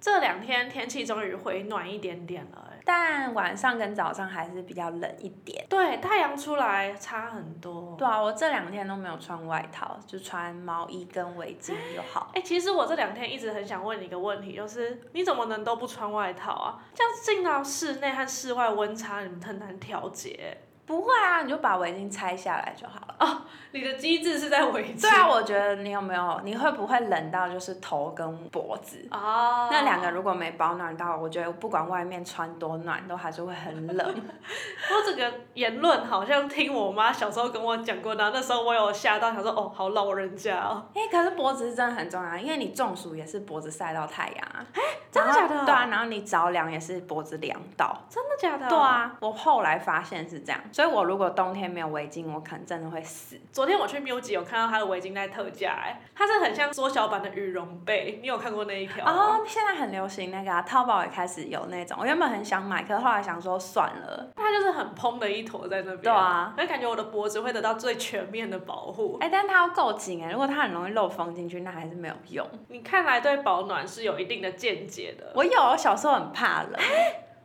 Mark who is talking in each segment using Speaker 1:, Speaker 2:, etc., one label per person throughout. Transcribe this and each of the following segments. Speaker 1: 这两天天气终于回暖一点点了、欸，
Speaker 2: 但晚上跟早上还是比较冷一点。
Speaker 1: 对，太阳出来差很多。
Speaker 2: 对啊，我这两天都没有穿外套，就穿毛衣跟围巾就好。
Speaker 1: 哎、其实我这两天一直很想问你一个问题，就是你怎么能都不穿外套啊？这样进到室内和室外温差，你们很难调节。
Speaker 2: 不会啊，你就把围巾拆下来就好了。
Speaker 1: 你的机制是在围
Speaker 2: 对啊，我觉得你有没有，你会不会冷到就是头跟脖子？
Speaker 1: 哦，
Speaker 2: 那两个如果没保暖到，我觉得不管外面穿多暖，都还是会很 冷。
Speaker 1: 我这个言论好像听我妈小时候跟我讲过，然后那时候我有吓到，想说哦，好老人家哦，
Speaker 2: 哎、可是脖子是真的很重要，因为你中暑也是脖子晒到太阳啊。
Speaker 1: 真的
Speaker 2: 然后
Speaker 1: 假的
Speaker 2: 对啊，然后你着凉也是脖子凉到。
Speaker 1: 真的假的？
Speaker 2: 对，啊，我后来发现是这样，所以我如果冬天没有围巾，我可能真的会死。
Speaker 1: 昨天我去 MUJI 有看到它的围巾在特价，哎，它是很像缩小版的羽绒被，你有看过那一条吗？
Speaker 2: 哦，现在很流行那个、啊，淘宝也开始有那种。我原本很想买，可是后来想说算了。
Speaker 1: 它就是很蓬的一坨在那边，
Speaker 2: 对啊，
Speaker 1: 那感觉我的脖子会得到最全面的保护。
Speaker 2: 哎、但它要够紧哎，如果它很容易漏风进去，那还是没有用。
Speaker 1: 你看来对保暖是有一定的见解的。
Speaker 2: 我有，我小时候很怕冷。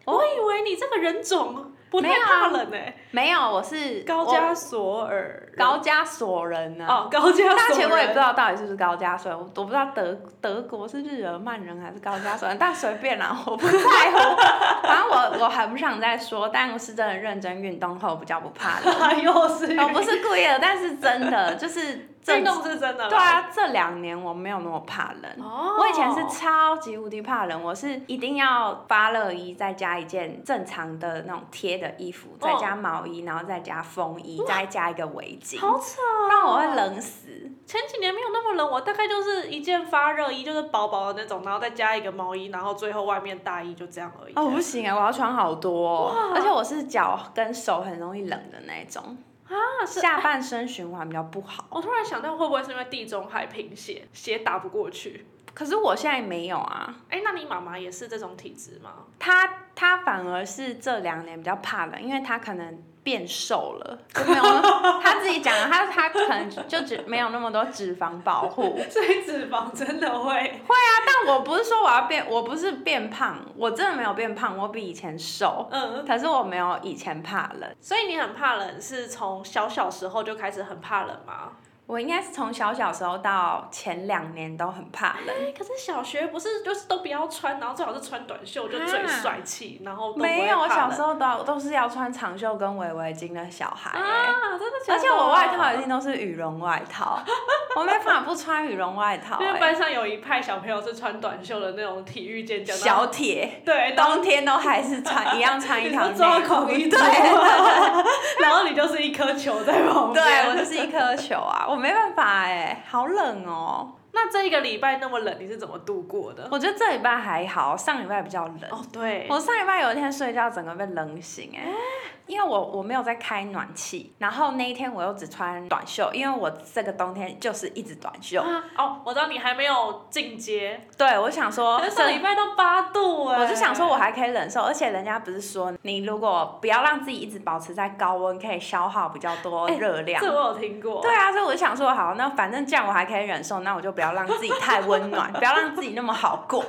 Speaker 2: 哦
Speaker 1: 我以为你这个人种不
Speaker 2: 没
Speaker 1: 太
Speaker 2: 有啊
Speaker 1: 怕冷呢、 欸
Speaker 2: 没有，我是
Speaker 1: 高
Speaker 2: 我
Speaker 1: 加索尔，
Speaker 2: 高加索人呢、啊。
Speaker 1: 哦，高加
Speaker 2: 但
Speaker 1: 索
Speaker 2: 其实
Speaker 1: 人，
Speaker 2: 我也不知道到底是不是高加索人，我我不知道德德国是日耳曼人还是高加索人，但随便啦、我不在乎。反正我我还不想再说，但我是真的认真运动后比较不怕 冷。
Speaker 1: 又是
Speaker 2: 我哦不是故意的，但是真的就是这
Speaker 1: 运动是真的啦，
Speaker 2: 对啊，这两年我没有那么怕冷。
Speaker 1: 哦，
Speaker 2: 我以前是超级无敌怕冷，我是一定要发热衣，再加一件正常的那种贴的衣服，
Speaker 1: 哦
Speaker 2: 再加毛衣，然后再加风衣，再加一个围巾，
Speaker 1: 好扯、哦
Speaker 2: 不然我会。冷死。
Speaker 1: 前几年没有那么冷，我大概就是一件发热衣，就是薄薄的那种，然后再加一个毛衣，然后最后外面大衣就这样而已。
Speaker 2: 哦，不行啊，我要穿好多、哦，而且我是脚跟手很容易冷的那一种，
Speaker 1: 啊，是。
Speaker 2: 下半身循环比较不好。
Speaker 1: 我突然想到，会不会是因为地中海贫血，血打不过去？
Speaker 2: 可是我现在没有啊，
Speaker 1: 哎、那你妈妈也是这种体质吗？
Speaker 2: 她她反而是这两年比较怕冷，因为她可能。变瘦了，就 没有那么她自己讲的，她她可能就只没有那么多脂肪保护，
Speaker 1: 所以脂肪真的会
Speaker 2: 但我不是说我要变，我不是变胖，我真的没有变胖，我比以前瘦，
Speaker 1: 嗯，
Speaker 2: 可是我没有以前怕冷。
Speaker 1: 所以你很怕冷，是从小小时候就开始很怕冷吗？
Speaker 2: 我应该是从小小时候到前两年都很怕冷，
Speaker 1: 哎、可是小学不是就是都不要穿，然后最好是穿短袖就最帅气，然后都不会
Speaker 2: 没有，我
Speaker 1: 怕
Speaker 2: 小
Speaker 1: 冷
Speaker 2: 时候都都是要穿长袖跟围围巾的小孩、欸
Speaker 1: 啊，真的假的？
Speaker 2: 而且我外套一定都是羽绒外 套，我没办法不穿羽绒外套、
Speaker 1: 因为
Speaker 2: 欸。
Speaker 1: 班上有一派小朋友是穿短袖的那种体育健将，然后
Speaker 2: 小铁，
Speaker 1: 对，然后
Speaker 2: 冬天都还是穿一样穿一条
Speaker 1: 你是抓
Speaker 2: 内
Speaker 1: 狂
Speaker 2: 裤，
Speaker 1: 一
Speaker 2: 对
Speaker 1: 族
Speaker 2: 对
Speaker 1: 然后你就是一颗球在旁边。
Speaker 2: 对，我就是一颗球啊，我没办法哎、好冷哦、
Speaker 1: 那这一个礼拜那么冷，你是怎么度过的？
Speaker 2: 我觉得这礼拜还好，上礼拜比较冷。
Speaker 1: 哦，对，
Speaker 2: 我上礼拜有一天睡觉，整个被冷醒
Speaker 1: 啊
Speaker 2: 哎、因为我我没有在开暖气，然后那一天我又只穿短袖，因为我这个冬天就是一直短袖。
Speaker 1: 啊哦，我知道你还没有进阶，
Speaker 2: 对，我想说
Speaker 1: 可是上礼拜都八度哎、
Speaker 2: 我就想说，我还可以忍受，而且人家不是说你如果不要让自己一直保持在高温，可以消耗比较多热量。
Speaker 1: 哎这我有听过，
Speaker 2: 对啊，所以我就想说，好，那反正这样我还可以忍受，那我就不要让自己太温暖，不要让自己那么好过。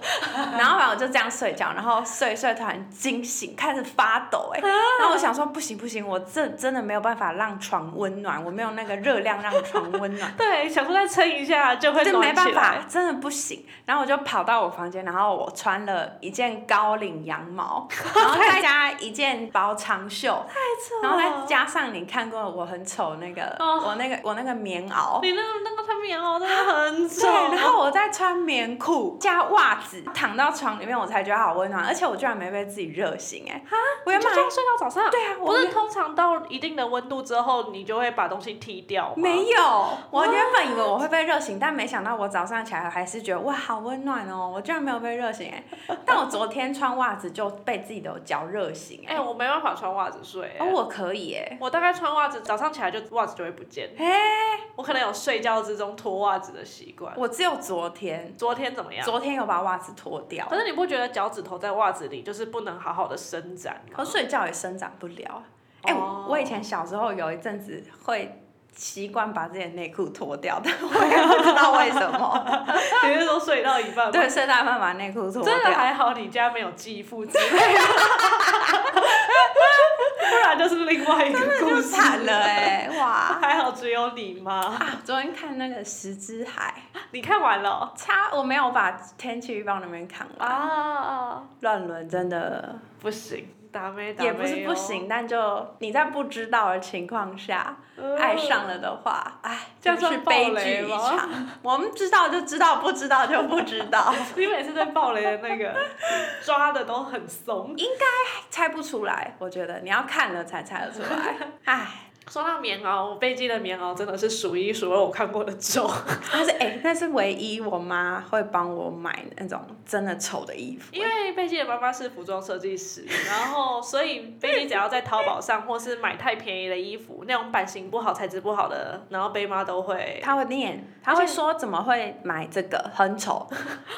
Speaker 2: 然后反正我就这样睡觉，然后睡一睡突然惊醒，开始发抖、
Speaker 1: 啊
Speaker 2: 哎，那我想说不行不行，我这真的没有办法让床温暖，我没有那个热量让床温暖。
Speaker 1: 对，想说再撑一下就 会
Speaker 2: 这
Speaker 1: 暖
Speaker 2: 没办
Speaker 1: 起来
Speaker 2: 法，真的不行。然后我就跑到我房间，然后我穿了一件高领羊毛， 然后再加一件薄长袖，然后再加上你看过我很丑那个，
Speaker 1: 哦
Speaker 2: 我那个我那个棉袄。
Speaker 1: 你那个那个他棉袄真的很
Speaker 2: 对， 然
Speaker 1: 丑，
Speaker 2: 后我再穿棉裤加袜子，躺到床里面，我才觉得好温暖，而且我居然没被自己热醒哎、哈，我原
Speaker 1: 就
Speaker 2: 本
Speaker 1: 这样睡到早上。
Speaker 2: 对啊，我
Speaker 1: 不是通常到一定的温度之后，你就会把东西踢掉吗？
Speaker 2: 没有，我原本以为我会被热醒，但没想到我早上起来还是觉得哇，好温暖哦！我居然没有被热醒 哎、但我昨天穿袜子就被自己的脚热醒哎、
Speaker 1: 哎、我没办法穿袜子睡、
Speaker 2: 哦，我可以哎、
Speaker 1: 我大概穿袜子，早上起来就袜子就会不见。我可能有睡觉之中脱袜子的习惯。
Speaker 2: 我只有昨天，
Speaker 1: 昨天怎么样？
Speaker 2: 昨天有把袜子脱掉，
Speaker 1: 哎可是你不觉得脚趾头在袜子里就是不能好好的伸展吗
Speaker 2: 可？睡觉也伸展不了。哎、我
Speaker 1: 哦
Speaker 2: 我以前小时候有一阵子会习惯把自己的 内裤脱掉，但我也不知道为什 么。
Speaker 1: 你是说睡到一半吗？
Speaker 2: 对，睡到一半把内裤脱
Speaker 1: 真的
Speaker 2: 掉，
Speaker 1: 还好，你家没有继父之类 的，不然就是另外一个故
Speaker 2: 就
Speaker 1: 事
Speaker 2: 惨了哎、 哇！
Speaker 1: 还好只有你妈，
Speaker 2: 啊，昨天看那个《十之海
Speaker 1: 你看完了》，
Speaker 2: 差我没有把天气预报那边看完。
Speaker 1: 啊？
Speaker 2: 乱伦真的
Speaker 1: 不行，打没打没哦
Speaker 2: 也不是不行，但就你在不知道的情况下
Speaker 1: 哦，
Speaker 2: 爱上了的话，哎，
Speaker 1: 这
Speaker 2: 嗯
Speaker 1: 样
Speaker 2: 就
Speaker 1: 算
Speaker 2: 是悲
Speaker 1: 暴雷
Speaker 2: 剧一
Speaker 1: 吗
Speaker 2: 场。 我们知道就知道，不知道就不知道，
Speaker 1: 你每次在暴雷的那个抓的都很松。
Speaker 2: 猜不出来。我觉得你要看了才猜得出 来。哎，
Speaker 1: 说到棉袄，我贝基的棉袄真的是数一数二我看过的皱，
Speaker 2: 但是哎，那是唯一我妈会帮我买那种真的丑的衣服。
Speaker 1: 因为贝基的妈妈是服装设计师，然后所以贝基只要在淘宝上或是买太便宜的衣服，那种版型不好、材质不好的，然后贝妈都会。
Speaker 2: 她会念，她会说怎么会买这个，很丑。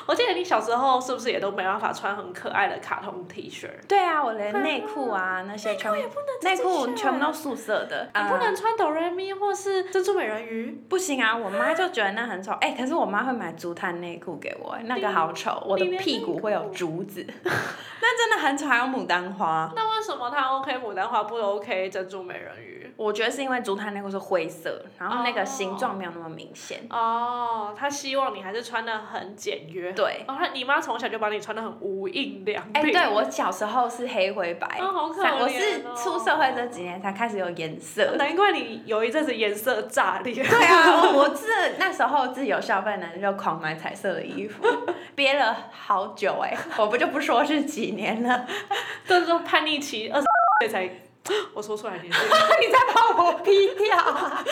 Speaker 1: 我记得你小时候是不是也都没办法穿很可爱的卡通 T 恤？
Speaker 2: 对啊，我连内裤啊 那些全部内裤全部都素色的，
Speaker 1: 你不
Speaker 2: 嗯
Speaker 1: 能穿哆瑞咪或是珍珠美人鱼，
Speaker 2: 不行啊，我妈就觉得那很丑。哎、可是我妈会买竹炭内裤给我、那个好丑，我的屁股会有竹子， 那真的很丑，还有牡丹花。
Speaker 1: 那为什么它 OK 牡丹花不 OK 珍珠美人鱼？
Speaker 2: 我觉得是因为竹炭内裤是灰色，然后那
Speaker 1: 哦
Speaker 2: 个形状没有那么明显。
Speaker 1: 哦，他希望你还是穿的很简约。
Speaker 2: 对，
Speaker 1: 哦，他你妈从小就把你穿的很无印良
Speaker 2: 哎、
Speaker 1: 品。
Speaker 2: 对我小时候是黑灰白，
Speaker 1: 哦哦好可
Speaker 2: 但我是
Speaker 1: 怜哦
Speaker 2: 出社会这几年才开始有颜色。
Speaker 1: 难怪你有一阵子颜色炸裂。
Speaker 2: 对啊，我我自那时候自有消费能力就狂买彩色的 衣服，憋了好久哎、我不就不说是几 年了，
Speaker 1: 这时候叛逆期二十岁才，我说出来年纪，
Speaker 2: 你再把我逼掉。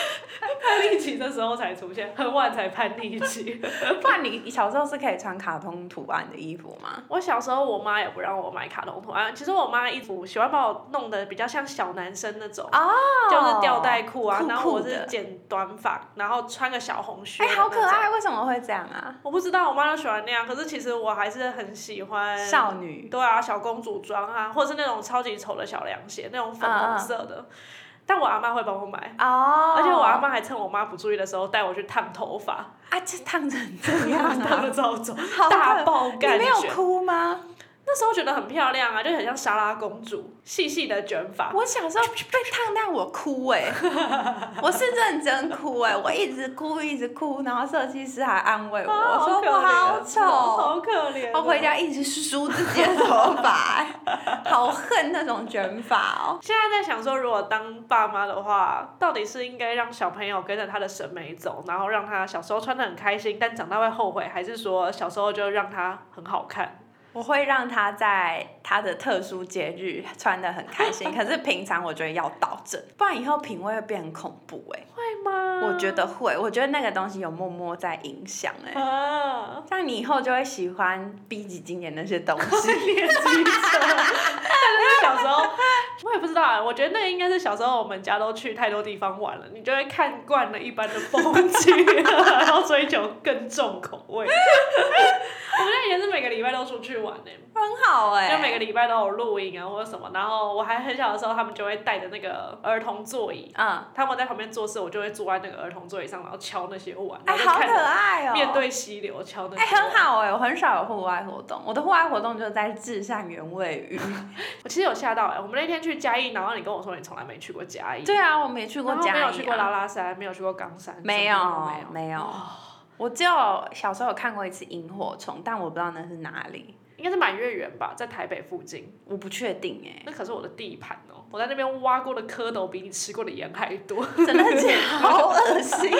Speaker 1: 叛逆期的时候才出现，很晚才叛逆期。
Speaker 2: 不然你小时候是可以穿卡通图案的衣服吗？
Speaker 1: 我小时候，我妈也不让我买卡通图啊案。其实我妈一直喜欢把我弄得比较像小男生那种，就是吊带裤啊，
Speaker 2: 哦酷酷
Speaker 1: 然后我是
Speaker 2: 的
Speaker 1: 剪短发，然后穿个小红靴。
Speaker 2: 哎、好可！爱！为什么会这样啊？
Speaker 1: 我不知道，我妈都喜欢那样，可是其实我还是很喜欢。
Speaker 2: 少女
Speaker 1: 对啊，小公主装啊，或者是那种超级丑的小凉鞋，那种粉红色的。但我阿妈会帮我买，
Speaker 2: 嗯哦
Speaker 1: 而且我阿妈还趁我妈不注意的时候带我去烫头 发，
Speaker 2: 啊，这烫成这样
Speaker 1: 烫
Speaker 2: 啊，
Speaker 1: 的超丑，
Speaker 2: 好
Speaker 1: 大
Speaker 2: 可
Speaker 1: 爆
Speaker 2: 你
Speaker 1: 干
Speaker 2: 没有
Speaker 1: 卷。
Speaker 2: 哭吗？
Speaker 1: 那时候觉得很漂亮啊，就很像莎拉公主，细细的卷发。
Speaker 2: 我小时候被烫到我哭 哎、我是认真哭哎、我一直哭一直哭，然后设计师还安慰我，
Speaker 1: 啊
Speaker 2: 说我好 丑。
Speaker 1: 好可怜哦。
Speaker 2: 我回家一直梳自己的头发、哎好恨那种卷发哦。
Speaker 1: 现在在想说，如果当爸妈的话，到底是应该让小朋友跟着他的审美走，然后让他小时候穿的很开心，但长大会后悔，还是说小时候就让他很好看？
Speaker 2: 我会让他在他的特殊节日穿的很开心，可是平常我觉得要导正，不然以后品味会变很恐怖哎、
Speaker 1: 会吗？
Speaker 2: 我觉得会，我觉得那个东西有默默在影响哎、
Speaker 1: 啊，
Speaker 2: 像你以后就会喜欢逼急经典那些东 西，
Speaker 1: 练机车，但是小时候我也不知道啊，我觉得那个应该是小时候我们家都去太多地方玩了，你就会看惯了一般的风景，然后追求更重口味。 我们那也是每个礼拜都出去玩呢、
Speaker 2: 很好哎、
Speaker 1: 就每个礼拜都有露营啊或者什么，然后我还很小的时候，他们就会带着那个儿童座椅，
Speaker 2: 嗯，
Speaker 1: 他们在旁边做事，我就会坐在那个儿童座椅上，然后敲那些碗，
Speaker 2: 哎、
Speaker 1: 然后就
Speaker 2: 好可
Speaker 1: 看
Speaker 2: 爱哦、
Speaker 1: 面对溪流敲那
Speaker 2: 哎、
Speaker 1: 些碗。
Speaker 2: 很好哎、我很少有户外活动，我的户外活动就是在至善原味
Speaker 1: 哦
Speaker 2: 鱼。
Speaker 1: 我其实有吓到哎、我们那天去嘉义，然后你跟我说你从来没去过嘉义，
Speaker 2: 对啊，我没去过
Speaker 1: 然后
Speaker 2: 嘉义、啊，
Speaker 1: 没有去过拉拉山，没有去过冈山，
Speaker 2: 没
Speaker 1: 什
Speaker 2: 有
Speaker 1: 么地方都没
Speaker 2: 没有
Speaker 1: 哦
Speaker 2: 我只有小时候有看过一次萤火虫，但我不知道那是哪里，
Speaker 1: 应该是满月园吧，在台北附近，
Speaker 2: 我不确定哎、
Speaker 1: 那可是我的地盘哦、我在那边挖过的蝌蚪比你吃过的盐还多，
Speaker 2: 真的假的？好恶心！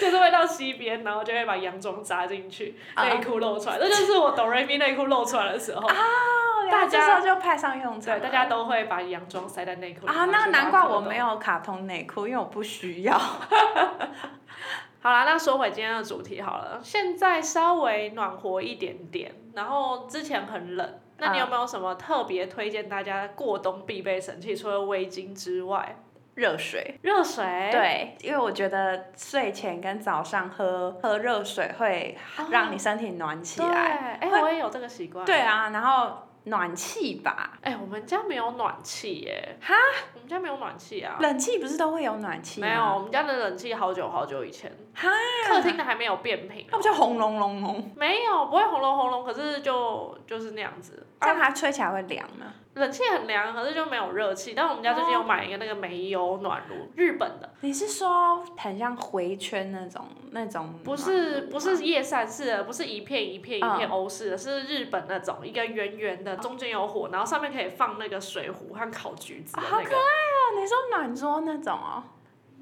Speaker 1: 就是会到溪边，然后就会把洋装扎进去，
Speaker 2: 啊啊
Speaker 1: 内裤露出来，那就是我哆瑞咪内裤露出来的时候，
Speaker 2: 大
Speaker 1: 大家
Speaker 2: 家就派上用
Speaker 1: 对，
Speaker 2: 场了。
Speaker 1: 大家都会把洋装塞在内裤里
Speaker 2: 啊，那难怪我没
Speaker 1: 有。
Speaker 2: 有卡通内裤，因为我不需要。
Speaker 1: 好啦，那说回今天的主题好了，现在稍微暖和一点点，然后之前很冷。那你有没有什么特别推荐大家过冬必备神器？除了围巾之外，
Speaker 2: 热水，
Speaker 1: 热水，
Speaker 2: 对，哎因为我觉得睡前跟早上喝喝热水会
Speaker 1: 哦
Speaker 2: 让你身体暖起来。
Speaker 1: 对，哎、
Speaker 2: 会
Speaker 1: 我也有这个习惯。
Speaker 2: 对啊，然后暖气吧？
Speaker 1: 哎、我们家没有暖气耶。
Speaker 2: 哈？
Speaker 1: 我们家没有暖气啊。
Speaker 2: 冷气不是都会有暖气吗？啊
Speaker 1: 没有，，我们家的冷气好久好久以前，
Speaker 2: 哈，
Speaker 1: 客厅的还没有变频。哦
Speaker 2: 那不就轰隆隆隆？
Speaker 1: 没有，不会轰隆轰隆，可是就就是那样子。
Speaker 2: 这
Speaker 1: 啊，
Speaker 2: 样它吹起来会凉吗？
Speaker 1: 冷气很凉，可是就没有热气。但我们家最近有买一个那个煤油暖炉，日本的，
Speaker 2: 你是说很像回圈那种那种？
Speaker 1: 不是不
Speaker 2: 啊
Speaker 1: 是，夜散式的，不是一片一片一
Speaker 2: 嗯
Speaker 1: 片欧式的，是日本那种一个圆圆的，中间有火，然后上面可以放那个水壶和烤橘子的
Speaker 2: 啊好
Speaker 1: 那
Speaker 2: 可
Speaker 1: 个。
Speaker 2: 那你说暖桌那种哦？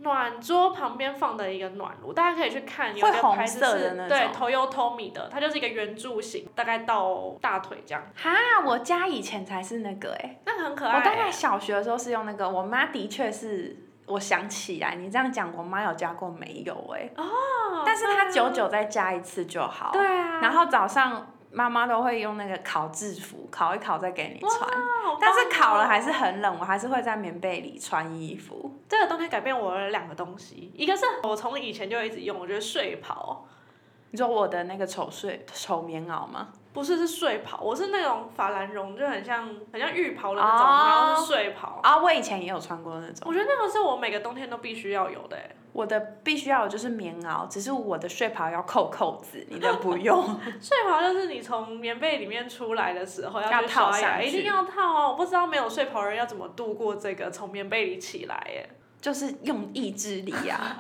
Speaker 1: 暖桌旁边放的一个暖炉，大家可以去看，有
Speaker 2: 会
Speaker 1: 一个
Speaker 2: 红
Speaker 1: 牌子
Speaker 2: 色
Speaker 1: 是
Speaker 2: 的那
Speaker 1: 对
Speaker 2: 种
Speaker 1: Toyo Tomi 的，它就是一个圆柱形，大概到大腿这样，
Speaker 2: 哈，我家以前才是那个哎、
Speaker 1: 那个很可
Speaker 2: 我
Speaker 1: 爱、
Speaker 2: 大概小学的时候是用那个，我妈的确是，我想起来，你这样讲，我妈有加过没有哎、
Speaker 1: 哦
Speaker 2: 但是她久久再加一次就好。
Speaker 1: 对啊，
Speaker 2: 然后早上妈妈都会用那个烤制服，烤一烤再给你穿。
Speaker 1: 后
Speaker 2: 但是烤了还是很冷，我还是会在棉被里穿衣服。
Speaker 1: 这个冬天改变我的两个东西，一个是我从以前就一直用，我觉得睡袍
Speaker 2: 你说我的那个丑睡丑棉袄吗？
Speaker 1: 不是是睡袍，我是那种法兰绒，就很像很像浴袍的那种，
Speaker 2: 哦
Speaker 1: 然后是睡袍。
Speaker 2: 啊，我以前也有穿过那种。
Speaker 1: 我觉得那个是我每个冬天都必须要有的、欸，
Speaker 2: 我的必须要有就是棉袄，只是我的睡袍要扣扣子，你的不用。
Speaker 1: 睡袍就是你从棉被里面出来的时候
Speaker 2: 要
Speaker 1: 去
Speaker 2: 套
Speaker 1: 刷牙，
Speaker 2: 上去
Speaker 1: 一定要套啊！我不知道没有睡袍的人要怎么度过这个从棉被里起来欸耶，
Speaker 2: 就是用意志力啊！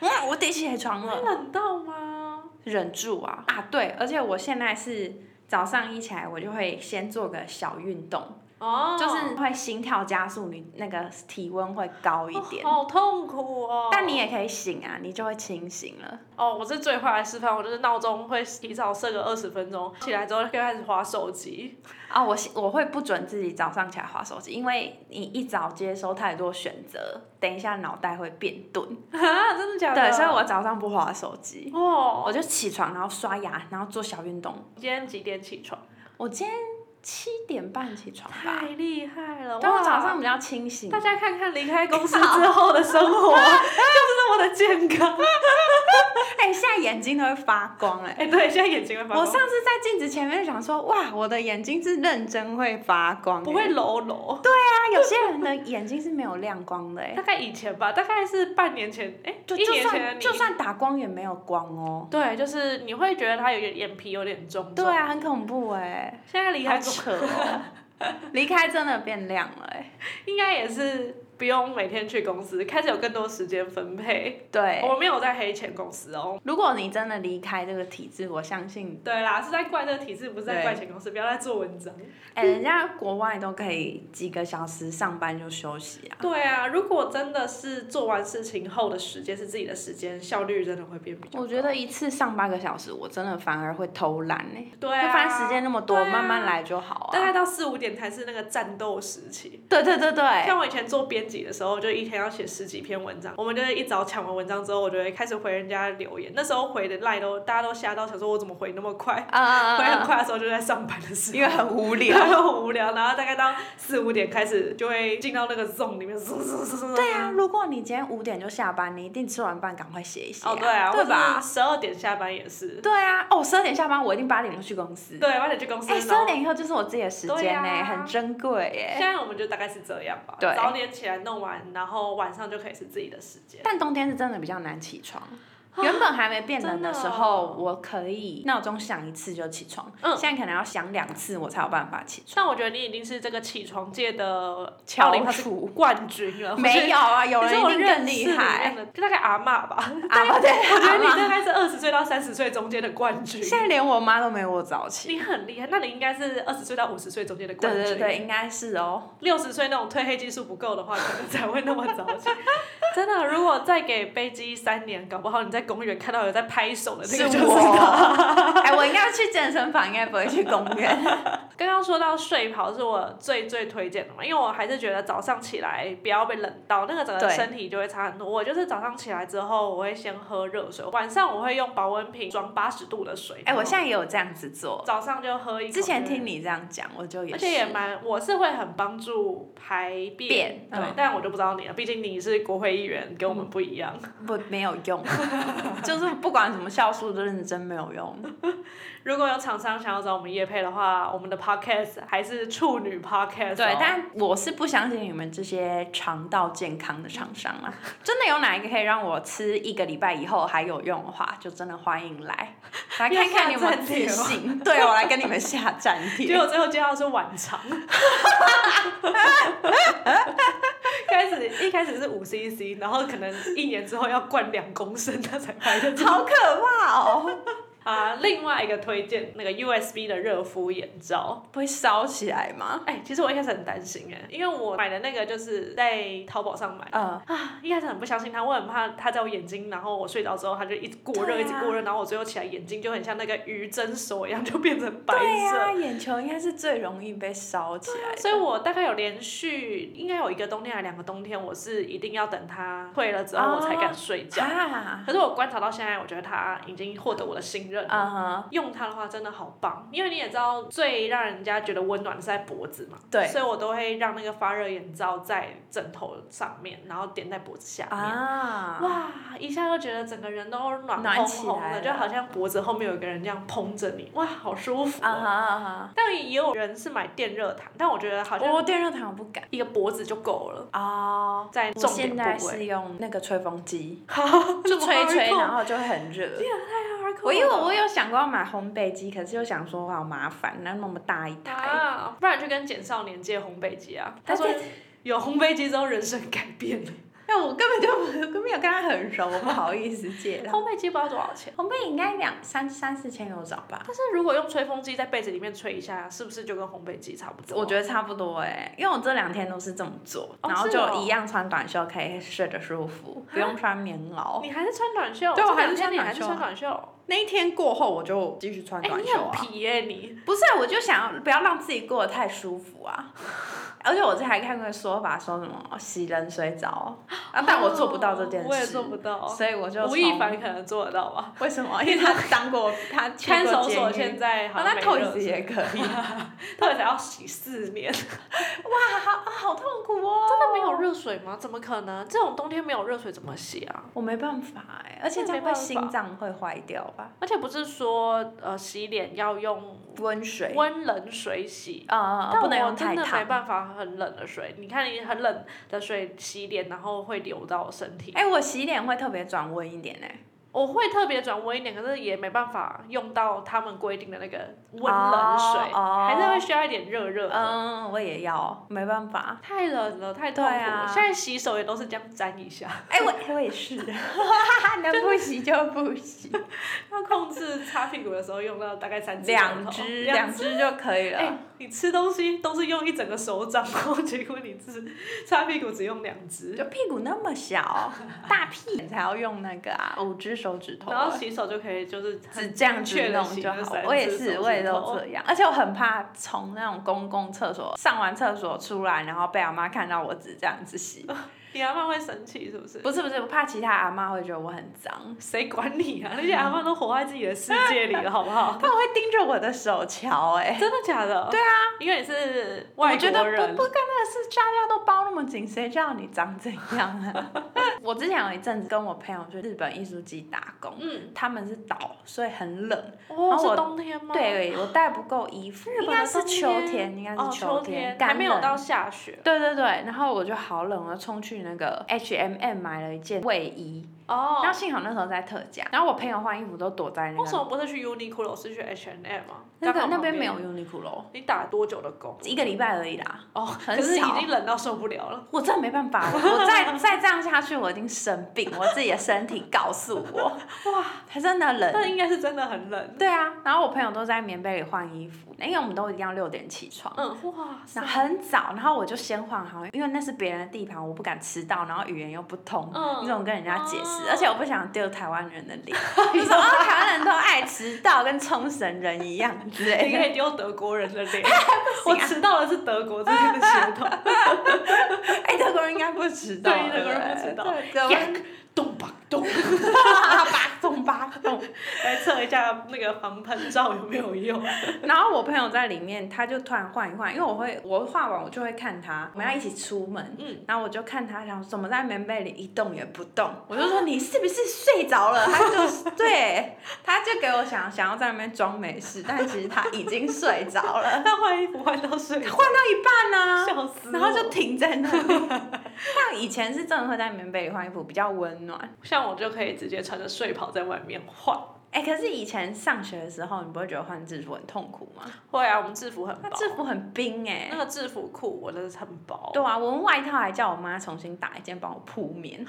Speaker 2: 嗯，我得起床
Speaker 1: 会
Speaker 2: 了，
Speaker 1: 冷到吗？
Speaker 2: 忍住啊啊！对，而且我现在是早上一起来，我就会先做个小运动，
Speaker 1: 哦，
Speaker 2: 就是会心跳加速，你那个体温会高一点。
Speaker 1: 哦好痛苦哦。
Speaker 2: 但你也可以醒啊，你就会清醒了。
Speaker 1: 哦，我是最坏的示范，我就是闹钟会提早设个二十分钟，起来之后就开始划手机。
Speaker 2: 啊、我我我会不准自己早上起来划手机，因为你一早接收太多选择，等一下脑袋会变钝。
Speaker 1: 啊，真的假的？
Speaker 2: 对，所以我早上不划手机，
Speaker 1: 哦，
Speaker 2: 我就起床，然后刷牙，然后做小运动。
Speaker 1: 今天几点起床？
Speaker 2: 我今天七点半起床吧
Speaker 1: 太，厉害了！
Speaker 2: 但我
Speaker 1: 哇
Speaker 2: 早上比较清醒
Speaker 1: 啊大。家看看离开公司之后的生 活，就是我的健康。
Speaker 2: 哎、现在眼睛都会发光哎、
Speaker 1: 哎，对，现在眼睛会发
Speaker 2: 我
Speaker 1: 光，
Speaker 2: 上次在镜子前面想说，哇，我的眼睛是认真会发光、
Speaker 1: 不会
Speaker 2: 哎
Speaker 1: 揉揉。
Speaker 2: 啊，有些人的眼睛是没有亮光的哎、
Speaker 1: 大概以前吧，大概是半年前，哎，
Speaker 2: 就
Speaker 1: 一
Speaker 2: 就
Speaker 1: 年前的
Speaker 2: 算
Speaker 1: 你
Speaker 2: 就算打光也没有光哦。
Speaker 1: 对，就是你会觉得他有点眼皮有点重。
Speaker 2: 对，啊，很恐怖 哎、
Speaker 1: 现在离
Speaker 2: 好
Speaker 1: 开公
Speaker 2: 扯哦。 离开真的变亮了哎、
Speaker 1: 应该也是不用每天去公司，开始有更多时间分配。
Speaker 2: 对，
Speaker 1: 我没有在黑钱公司哦。
Speaker 2: 如果你真的离开这个体制，我相信，
Speaker 1: 对啦，是在怪这个体制，不是在怪钱公司，不要再做文章。
Speaker 2: 哎、人家国外都可以几个小时上班就休息啊。
Speaker 1: 对啊，如果真的是做完事情后的时间是自己的时间，效率真的会变比较高。
Speaker 2: 我觉得一次上八个小时，我真的反而会偷懒哎、
Speaker 1: 对
Speaker 2: 那
Speaker 1: 啊，
Speaker 2: 反正时间那么多，
Speaker 1: 对啊
Speaker 2: 慢慢来就好
Speaker 1: 大概
Speaker 2: 啊。
Speaker 1: 到四五点才是那个战斗时期。
Speaker 2: 对对对对，
Speaker 1: 像我以前做编辑的时候，就一天要写十几篇文章，我们就是一早抢完文章之后，我就会开始回人家留言。那时候回的赖都大家都吓到，想说我怎么回那么快？
Speaker 2: 啊啊
Speaker 1: 回很
Speaker 2: 啊啊！
Speaker 1: 快的时候就在上班的时候，
Speaker 2: 因为很无聊。
Speaker 1: 然后很无聊，然后大概到四五点开始就会进到那个 zone 里面，对
Speaker 2: 对啊，，如果你今天五点就下班，你一定吃完饭赶快写一写、
Speaker 1: 哦对啊，
Speaker 2: 对吧？
Speaker 1: 十二点下班也是，
Speaker 2: 对啊，哦，十二点下班，我一定八点就去公司。
Speaker 1: 对，八点去公司。
Speaker 2: 哎，十
Speaker 1: 然
Speaker 2: 二
Speaker 1: 后
Speaker 2: 点以后就是我自己的时
Speaker 1: 对
Speaker 2: 间呢、
Speaker 1: 啊
Speaker 2: 很珍贵耶、
Speaker 1: 现在我们就大概是这样吧，
Speaker 2: 对
Speaker 1: 早点起来弄完，然后晚上就可以是自己的时间。
Speaker 2: 但冬天是真的比较难起床。原本还没变啊冷的哦时候，
Speaker 1: 真
Speaker 2: 我可以闹钟响一次就起床。
Speaker 1: 嗯
Speaker 2: 现在可能要响两次我才有办法起
Speaker 1: 但我觉得你已经是这个起床界的
Speaker 2: 翘
Speaker 1: 奥林匹
Speaker 2: 楚
Speaker 1: 克冠军了，
Speaker 2: 床。没有啊，有
Speaker 1: 我觉得。你是我
Speaker 2: 人一定
Speaker 1: 认
Speaker 2: 更
Speaker 1: 识里
Speaker 2: 厉
Speaker 1: 面
Speaker 2: 害。
Speaker 1: 的，就大概阿嬷吧。
Speaker 2: 啊，不对，
Speaker 1: 我觉得你
Speaker 2: 阿嬷
Speaker 1: 大概是二十岁到三十岁中间的冠军，
Speaker 2: 现在连我妈都没有我早起。
Speaker 1: 你很厉害。那你应该是二十岁到五十岁中间的
Speaker 2: 对
Speaker 1: 冠军。
Speaker 2: 对对，应该是哦。
Speaker 1: 六十岁那种褪黑激素不够的话，可能才会那么早 起。真的，如果再给飞机三年，搞不好你在公园看到有在拍手的那个就是他。
Speaker 2: 我。哎，我应该去健身房，应该不会去公 园。
Speaker 1: 刚刚说到睡袍是我最最推荐的嘛，因为我还是觉得早上起来不要被冷到，那个整个
Speaker 2: 对
Speaker 1: 身体就会差很多。我就是早上起来之后，我会先喝热水，晚上我会用保温瓶装八十度的水。
Speaker 2: 哎，我现在也有这样子做。
Speaker 1: 早上就喝一口。
Speaker 2: 之前听。你这样讲，我就也
Speaker 1: 而
Speaker 2: 是
Speaker 1: 且也蛮，我是会很帮助排便，
Speaker 2: 便
Speaker 1: 对，
Speaker 2: 嗯
Speaker 1: 但我就不知道你了，毕竟你是国会议员，跟我们不一样。
Speaker 2: 不没有 用，就是不管什么酵素都认真没有用。
Speaker 1: 如果有厂商想要找我们叶配的话，我们的 podcast 还是处女 podcast，、哦、
Speaker 2: 对，但我是不相信你们这些肠道健康的厂商啦。真的有哪一个可以让我吃一个礼拜以后还有用的话，就真的欢迎来，来看看你有没有自信。 对，我来跟你们下战
Speaker 1: 结
Speaker 2: 帖。
Speaker 1: 果最后介绍是晚 肠，开始一开始是五 cc，然后可能一年之后要灌两公升，他才发现
Speaker 2: 好可怕哦！
Speaker 1: 啊。另外一个推荐那个 USB 的热敷眼罩，
Speaker 2: 不会烧起来吗？
Speaker 1: 哎、其实我一开始很担心哎，因为我买的那个就是在淘宝上买，啊
Speaker 2: 呃，
Speaker 1: 一开始很不相信它，我很怕它在我眼睛，然后我睡着之后它就一直过热，
Speaker 2: 对啊
Speaker 1: 一直过热，然后我最后起来眼睛就很像那个鱼蒸熟一样，就变成白
Speaker 2: 对啊
Speaker 1: 色。
Speaker 2: 呀、眼球应该是最容易被烧起来的。
Speaker 1: 所以我大概有连续应该有一个冬天还两个冬天，我是一定要等它退了之后我才
Speaker 2: 哦
Speaker 1: 敢睡觉。
Speaker 2: 啊，
Speaker 1: 可是我观察到现在，我觉得它已经获得我的信任。
Speaker 2: 嗯哼，
Speaker 1: 用它的话真的好棒，因为你也知道，最让人家觉得温暖的是在脖子嘛。
Speaker 2: 对
Speaker 1: 所以我都会让那个发热眼罩在枕头上面，然后点在脖子下面。
Speaker 2: 啊，
Speaker 1: 哇！一下就觉得整个人都暖
Speaker 2: 暖
Speaker 1: 烘
Speaker 2: 起
Speaker 1: 烘
Speaker 2: 来
Speaker 1: 的，
Speaker 2: 了
Speaker 1: 就好像脖子后面有个人这样捧着你，哇，好舒服、
Speaker 2: 啊
Speaker 1: 哦。
Speaker 2: 哈啊哈！
Speaker 1: 但也有人是买电热毯，但我觉得好像
Speaker 2: 我电热毯我不敢
Speaker 1: 一个脖子就够了，
Speaker 2: 哦。
Speaker 1: 在
Speaker 2: 我
Speaker 1: 重点
Speaker 2: 现在
Speaker 1: 部位。
Speaker 2: 是用那个吹风 机，
Speaker 1: 就
Speaker 2: 就吹一吹，然后就会很热。我因为我有想过要买烘焙机，可是又想说好麻烦，那那么大一台，
Speaker 1: 啊，不然就跟简少年借烘焙机啊。他说
Speaker 2: 但
Speaker 1: 有烘焙机之后人生改变 了。
Speaker 2: 那我根本就不根本没有跟他很熟，我不好意思借他。
Speaker 1: 烘焙机不知道多少钱，
Speaker 2: 烘焙应该两三三四千有找吧？
Speaker 1: 但是如果用吹风机在被子里面吹一下，是不是就跟烘焙机差不多？
Speaker 2: 我觉得差不多哎、因为我这两天都是啊这么做，
Speaker 1: 哦
Speaker 2: 然后
Speaker 1: 是哦
Speaker 2: 就一样穿短袖可以睡得舒服，不用穿棉袄。
Speaker 1: 你还是穿短袖，
Speaker 2: 对我
Speaker 1: 这两
Speaker 2: 还
Speaker 1: 天
Speaker 2: 是穿
Speaker 1: 你哦
Speaker 2: 短
Speaker 1: 还是
Speaker 2: 袖啊
Speaker 1: 穿短袖。
Speaker 2: 那一天过后，我就继续穿
Speaker 1: 哎，
Speaker 2: 短
Speaker 1: 你
Speaker 2: 袖
Speaker 1: 很
Speaker 2: 啊。
Speaker 1: 皮耶你。
Speaker 2: 不是，啊我就想要不要让自己过得太舒服啊。而且我之前还看过说法，说什么洗冷水澡啊，但我做不到这件事，
Speaker 1: 哦我也做不到。
Speaker 2: 所以我就
Speaker 1: 吴亦
Speaker 2: 从
Speaker 1: 凡可能做得到吧？
Speaker 2: 为什么？因为他当 过他去
Speaker 1: 看守
Speaker 2: 过
Speaker 1: 所
Speaker 2: 监
Speaker 1: 现
Speaker 2: 狱。
Speaker 1: 在
Speaker 2: 啊
Speaker 1: 好，像
Speaker 2: 那
Speaker 1: 没
Speaker 2: 透
Speaker 1: 热
Speaker 2: 析也可以 啊，
Speaker 1: 到底才要洗四年，真
Speaker 2: 好痛苦哦！
Speaker 1: 的没有热水吗？怎么可能？这种冬天没有热水怎么洗啊？
Speaker 2: 我没办法哎，而且
Speaker 1: 那
Speaker 2: 这
Speaker 1: 没
Speaker 2: 样会
Speaker 1: 办法
Speaker 2: 心脏会坏掉吧？
Speaker 1: 而且不是说呃洗脸要用
Speaker 2: 温水，
Speaker 1: 温冷水洗，呃
Speaker 2: 啊啊，
Speaker 1: 但
Speaker 2: 不能
Speaker 1: 我
Speaker 2: 用太
Speaker 1: 真的没
Speaker 2: 烫。
Speaker 1: 办法很冷的水。你看你很冷的水洗脸，然后会流到身体。
Speaker 2: 哎，我洗脸会特别转温一点哎，
Speaker 1: 我会特别转温一点，可是也没办法用到他们规定的那个温冷水，
Speaker 2: 哦
Speaker 1: 还是会需要一点热热的。
Speaker 2: 嗯，我也要，没办 法。
Speaker 1: 太冷了，太痛苦
Speaker 2: 对
Speaker 1: 了。
Speaker 2: 啊
Speaker 1: 现在洗手也都是这样沾一下，
Speaker 2: 哎、 我我也是，能不洗就不洗，
Speaker 1: 要 控制擦屁股的时候用到大概三指
Speaker 2: 两
Speaker 1: 头
Speaker 2: 只
Speaker 1: 哦两
Speaker 2: 两只就可以了。
Speaker 1: 哎、你吃东西都是用一整个手掌，然后结果你只擦屁股只用两只，
Speaker 2: 就屁股那么 小，大屁眼才要用那个啊，五只手指头
Speaker 1: 然后
Speaker 2: 啊，
Speaker 1: 洗手就可以就是很
Speaker 2: 只这样子
Speaker 1: 确的
Speaker 2: 弄
Speaker 1: 洗
Speaker 2: 就
Speaker 1: 这
Speaker 2: 好
Speaker 1: 三。
Speaker 2: 我也
Speaker 1: 只手
Speaker 2: 是，
Speaker 1: 指
Speaker 2: 我也都
Speaker 1: 头
Speaker 2: 这样，而且我很怕从那种公共厕所上完厕所出来，然后被阿妈看到我只这样子洗。
Speaker 1: 你阿妈会生气是不是？
Speaker 2: 不是不是，我怕其他阿妈会觉得我很脏，
Speaker 1: 谁管你 啊？那些阿妈都活在自己的世界里了，好不好？
Speaker 2: 他们会盯着我的手瞧、 哎。
Speaker 1: 真的假的？对啊，因为你是外
Speaker 2: 我觉得
Speaker 1: 国人
Speaker 2: 不不，干那个事，大家都包那么紧，谁知道你长怎样啊？ 我之前有一阵子跟我朋友去日本艺术季打工，
Speaker 1: 嗯，
Speaker 2: 他们是岛，所以很冷，
Speaker 1: 哦，
Speaker 2: 然后
Speaker 1: 是
Speaker 2: 我
Speaker 1: 冬天吗？
Speaker 2: 对我带不够衣服，
Speaker 1: 日
Speaker 2: 应
Speaker 1: 本的
Speaker 2: 该
Speaker 1: 冬
Speaker 2: 是
Speaker 1: 天
Speaker 2: 秋天，应该
Speaker 1: 哦，
Speaker 2: 是
Speaker 1: 秋
Speaker 2: 天，
Speaker 1: 还
Speaker 2: 干
Speaker 1: 没有
Speaker 2: 冷
Speaker 1: 到下雪
Speaker 2: 对对对，然后我就好冷，我就冲去那个 H M M 买了一件卫衣，
Speaker 1: 哦。
Speaker 2: 然后幸好那时候在特价，然后我朋友换衣服都躲在那
Speaker 1: 为什
Speaker 2: 个
Speaker 1: 么不是去 Uniqlo 是去 H&M 啊？
Speaker 2: 那
Speaker 1: 刚
Speaker 2: 个
Speaker 1: 好
Speaker 2: 那
Speaker 1: 旁
Speaker 2: 边没有
Speaker 1: 有。
Speaker 2: Uniqlo，
Speaker 1: 你打多久的工？
Speaker 2: 一个礼拜而已啦，
Speaker 1: 哦，
Speaker 2: 很
Speaker 1: 可是已
Speaker 2: 少
Speaker 1: 经冷到受不了了。
Speaker 2: 我真的没办法，我我 再再这样下去，我一定生病。我自己的身体告诉我，哇，它真的冷。
Speaker 1: 那应该是真的很冷。
Speaker 2: 对啊，然后我朋友都在棉被里换衣服，因为我们都一定要六点起床，
Speaker 1: 嗯，哇塞
Speaker 2: 然后很早，然后我就先换好，因为那是别人的地盘，我不敢迟到，然后语言又不通，
Speaker 1: 嗯
Speaker 2: 你怎么跟人家解
Speaker 1: 哦？
Speaker 2: 释而且我不想丢台湾人的 脸，你说哦，台湾人都爱迟到，跟冲绳人一样之类
Speaker 1: 你可
Speaker 2: 的。
Speaker 1: 以丢德国人的 脸。
Speaker 2: 啊
Speaker 1: 我迟到的是德国这边的血统。
Speaker 2: 哎，德国人应该不迟到，
Speaker 1: 对德国人不迟到
Speaker 2: 对德国人
Speaker 1: 咚吧咚，
Speaker 2: 哈哈哈，咚动吧动。
Speaker 1: 来测一下那个防喷罩有没有 用。
Speaker 2: 然后我朋友在里面，他就突然换一换，因为我会我画完我就会看他，我们要一起出门，
Speaker 1: 嗯，
Speaker 2: 然后我就看他想怎么在棉被里一动也不动， 我就说你是不是睡着了？他就 对，他就给我想想要在那边装没事，但其实他已经睡着 了，
Speaker 1: 他换衣服换到睡着，
Speaker 2: 换到一半呢、
Speaker 1: 笑死我。
Speaker 2: 啊 然后就停在那 里。但以前是真的会在棉被里换衣服，比较温暖。
Speaker 1: 像我就可以直接穿着睡袍在外面换。
Speaker 2: 哎、可是以前上学的时候，你不会觉得换制服很痛苦吗？
Speaker 1: 会啊，我们制服很
Speaker 2: 那
Speaker 1: 薄，
Speaker 2: 制服很冰哎、
Speaker 1: 那个制服裤我真的是很薄。
Speaker 2: 对啊，我们外套还叫我妈重新打一件帮我铺棉，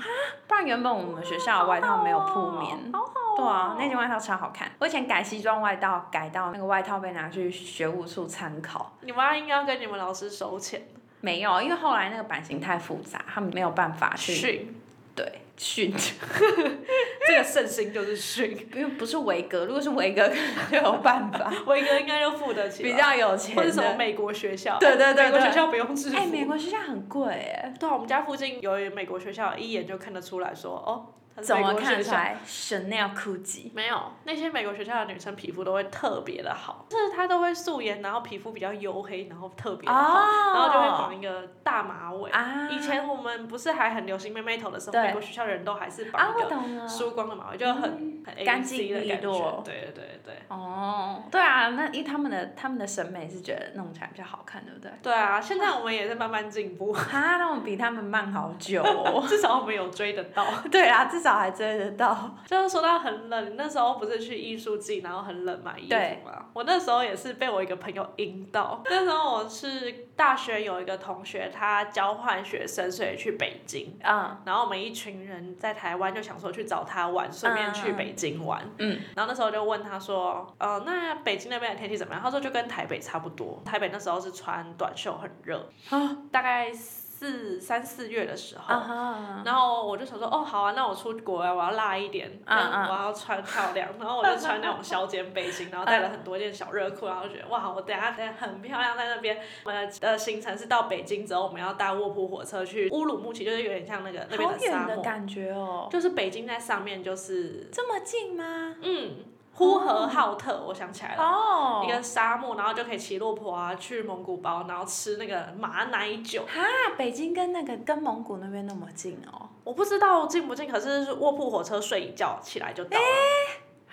Speaker 2: 不然原本我们学校的外套没有铺棉。
Speaker 1: 好好哦
Speaker 2: 对啊，那件外套超好看。我以前改西装外套，改到那个外套被拿去学务处参考，
Speaker 1: 你妈应该要跟你们老师收钱
Speaker 2: 没有，因为后来那个版型太复杂，他们没有办法去
Speaker 1: 训，
Speaker 2: 对训，
Speaker 1: 这个盛行就是训，
Speaker 2: 因为不是维格，如果是维格可能就有办法，
Speaker 1: 维哥应该就付得起吧，
Speaker 2: 比较有钱
Speaker 1: 或者什么
Speaker 2: 的。
Speaker 1: 美国学校，
Speaker 2: 对对对
Speaker 1: 美国
Speaker 2: 对
Speaker 1: 学校不用制服。
Speaker 2: 哎、美国学校很贵哎，
Speaker 1: 对啊，我们家附近有一美国学校，一眼就看得出来说，哦，它是
Speaker 2: 怎
Speaker 1: 美
Speaker 2: 么
Speaker 1: 国
Speaker 2: 看
Speaker 1: 学
Speaker 2: 出
Speaker 1: 校。
Speaker 2: 来 Chanel、Gucci？
Speaker 1: 没有，那些美国学校的女生皮肤都会特别的好，就是她都会素颜，然后皮肤比较黝黑，然后特别的好，然后就会绑一个大马尾。
Speaker 2: 啊，
Speaker 1: 以前我们不是还很流行妹妹头的时候，
Speaker 2: 对
Speaker 1: 美国学校人都还是
Speaker 2: 啊，
Speaker 1: 绑一
Speaker 2: 我
Speaker 1: 个
Speaker 2: 懂了。
Speaker 1: 梳光的马尾，就很、很 A
Speaker 2: 干
Speaker 1: B
Speaker 2: 净
Speaker 1: C 的感
Speaker 2: 利落
Speaker 1: 觉。对对对对。
Speaker 2: 哦，对啊，那因为他们的他们的审美是觉得弄起来比较好看，对不 对？
Speaker 1: 对啊，现在我们也在慢慢进步，
Speaker 2: 啊，那我们比他们慢好久、哦。
Speaker 1: 至少我们有追得到。
Speaker 2: 对啊，至少还追得到。
Speaker 1: 就是说到很冷，那时候不是去艺术季，然后很冷买衣
Speaker 2: 对
Speaker 1: 服嘛。我那时候也是被我一个朋友引导。那时候我是大学有一个同学，他交换学生，所以去北京。
Speaker 2: 嗯，
Speaker 1: 然后我们一群人在台湾就想说去找他玩，顺便去北京玩。
Speaker 2: 嗯，
Speaker 1: 然后那时候就问他说，呃，那北京那边的天气怎么样？他说就跟台北差不多。台北那时候是穿短袖，很热，
Speaker 2: 嗯啊
Speaker 1: 大概四三四月的时候。
Speaker 2: 啊哈，
Speaker 1: 然后我就想说，哦，好啊，那我出国啊，我要辣一点，
Speaker 2: 嗯嗯
Speaker 1: 我要穿漂亮，然后我就穿那种小肩背心，然后带了很多件小热裤，然后觉得哇，我等一下等一下很漂亮，在那边。我们的呃行程是到北京之后，我们要搭卧铺火车去乌鲁木齐，就是有点像那个那边
Speaker 2: 好
Speaker 1: 沙
Speaker 2: 远的
Speaker 1: 漠，
Speaker 2: 感觉哦，
Speaker 1: 就是北京在上面，就是
Speaker 2: 这么近吗？
Speaker 1: 嗯，呼和浩特，我想起来了。
Speaker 2: 哦
Speaker 1: 一个沙漠，然后就可以骑骆驼啊，去蒙古包，然后吃那个马奶酒。
Speaker 2: 啊，北京跟那个跟蒙古那边那么近哦，
Speaker 1: 我不知道近不近，可是卧铺火车睡一觉起来就到了。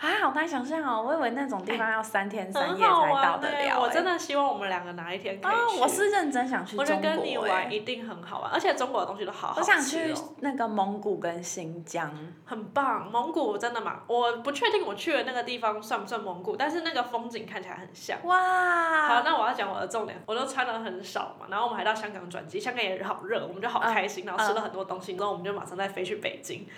Speaker 2: 啊，好难想象哦，我以为那种地方要三天三
Speaker 1: 很
Speaker 2: 夜
Speaker 1: 好
Speaker 2: 才
Speaker 1: 玩
Speaker 2: 到得
Speaker 1: 欸
Speaker 2: 了、
Speaker 1: 我真
Speaker 2: 的
Speaker 1: 的希望我们两个哪一天可以
Speaker 2: 啊，
Speaker 1: 去。
Speaker 2: 我是认真想去
Speaker 1: 我觉
Speaker 2: 中国、
Speaker 1: 得跟你玩
Speaker 2: 哎
Speaker 1: 一定很好玩，而且中国的东西都好好
Speaker 2: 我
Speaker 1: 吃、哦。
Speaker 2: 想去那个蒙古跟新疆，
Speaker 1: 很棒，蒙古真的蛮……我不确定我去的那个地方算不算蒙古，但是那个风景看起来很像。好，
Speaker 2: 哇，
Speaker 1: 那我要讲我的重点，我都穿的很少嘛，然后我们还到香港转机，香港也好热，我们就好开
Speaker 2: 嗯
Speaker 1: 心，然后吃了很多东西，然后我们就马上再飞去北京，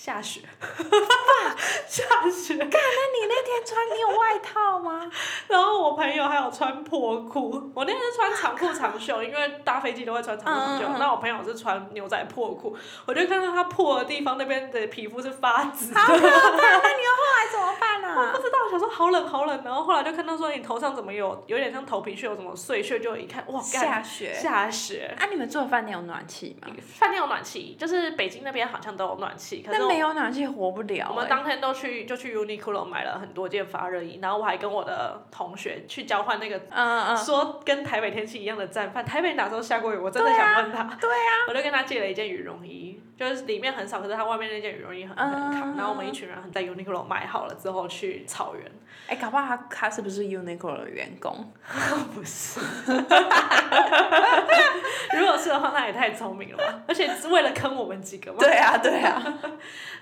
Speaker 1: 下雪， 下雪，
Speaker 2: 那你那天穿你有外套吗？
Speaker 1: 然后我朋友还有穿破裤，我那天是穿长裤长袖，因为搭飞机都会穿长裤长袖
Speaker 2: 嗯嗯。嗯
Speaker 1: 那我朋友是穿牛仔破裤，我就看到他破的地方那边的皮肤是发紫 的，
Speaker 2: 好可怕！啊那你又后来怎么办
Speaker 1: 我
Speaker 2: 啊
Speaker 1: 不？知道，想说好冷好冷。然后后来就看到说你头上怎么有有点像头皮屑，有什么碎屑，就一看哇，干
Speaker 2: 下雪。
Speaker 1: 下雪。
Speaker 2: 啊，你们住的饭店有暖气吗？
Speaker 1: 饭店有暖气，就是北京那边好像都有暖气，可是
Speaker 2: 那
Speaker 1: 我
Speaker 2: 没有欸暖气活不了、
Speaker 1: 我们当天都去就去 Uniqlo 买了很多件发热衣，然后我还跟我的同学去交换那个
Speaker 2: 嗯嗯
Speaker 1: 说跟台北天气一样的战犯，台北哪时候下过雨？我真的想问他。
Speaker 2: 对
Speaker 1: 啊， 我就跟他借了一件羽绒衣，就是里面很少，可是他外面那件羽绒衣很很
Speaker 2: 嗯
Speaker 1: 扛。然后我们一群人在 Uniqlo 买好了之后去草 原，
Speaker 2: 嗯，哎、搞不好他他是不是 Uniqlo 的员工？
Speaker 1: 不是。 如果是的话，那也太聪明了吧！而且是为了坑我们几个嘛。
Speaker 2: 对啊对啊，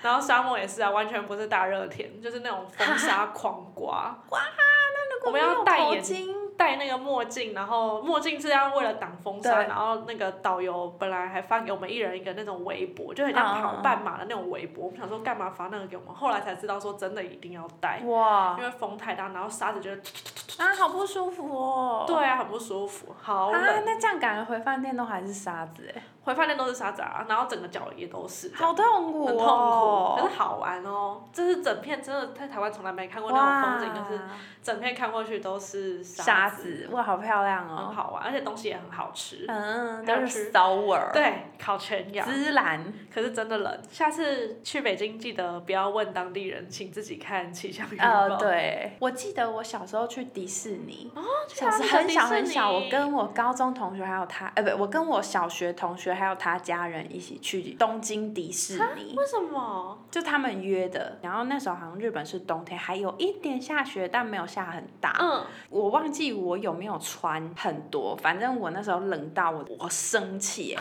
Speaker 1: 然后沙漠也是啊，完全不是大热天，就是那种风沙狂 刮。
Speaker 2: 那
Speaker 1: 我们要
Speaker 2: 没有
Speaker 1: 戴
Speaker 2: 头
Speaker 1: 眼
Speaker 2: 巾，
Speaker 1: 戴那个墨镜，然后墨镜是要为了挡风
Speaker 2: 对
Speaker 1: 沙，然后那个导游本来还发给我们一人一个那种围脖，就很像跑
Speaker 2: 嗯嗯嗯
Speaker 1: 半马的那种围脖。
Speaker 2: 嗯
Speaker 1: 我们想说干嘛发那个给我们，后来才知道说真的一定要戴，
Speaker 2: 哇
Speaker 1: 因为风太大，然后沙子就
Speaker 2: 啊，好不舒服哦。
Speaker 1: 对啊，很不舒服，好
Speaker 2: 啊，
Speaker 1: 冷。
Speaker 2: 那这样感觉回饭店都还是沙子哎，
Speaker 1: 回饭店都是沙子啊，然后整个脚也都是，
Speaker 2: 好痛苦、哦，
Speaker 1: 很痛苦，可是好玩哦。这是整片真的在台湾从来没看过那种风景，就是整片看过去都是
Speaker 2: 啊沙袜子，哇，好漂亮
Speaker 1: 很
Speaker 2: 哦！
Speaker 1: 好玩，而且东西也很好吃。
Speaker 2: 嗯，
Speaker 1: 还有
Speaker 2: 都
Speaker 1: 吃
Speaker 2: 是 sour，，
Speaker 1: 对，烤全羊，
Speaker 2: 孜然，
Speaker 1: 可是真的冷。下次去北京记得不要问当地人，请自己看气象预报。哦
Speaker 2: 呃，对，我记得我小时候去迪士尼，小时候
Speaker 1: 去哪里
Speaker 2: 很小
Speaker 1: 迪士
Speaker 2: 很小，
Speaker 1: 尼
Speaker 2: 我跟我高中同学还有他，呃，不，我跟我小学同学还有他家人一起去东京迪士尼，
Speaker 1: 为什么？
Speaker 2: 就他们约的。然后那时候好像日本是冬天，还有一点下雪，但没有下很大。
Speaker 1: 嗯，
Speaker 2: 我忘记我有没有穿很多，反正我那时候冷到我我生气耶，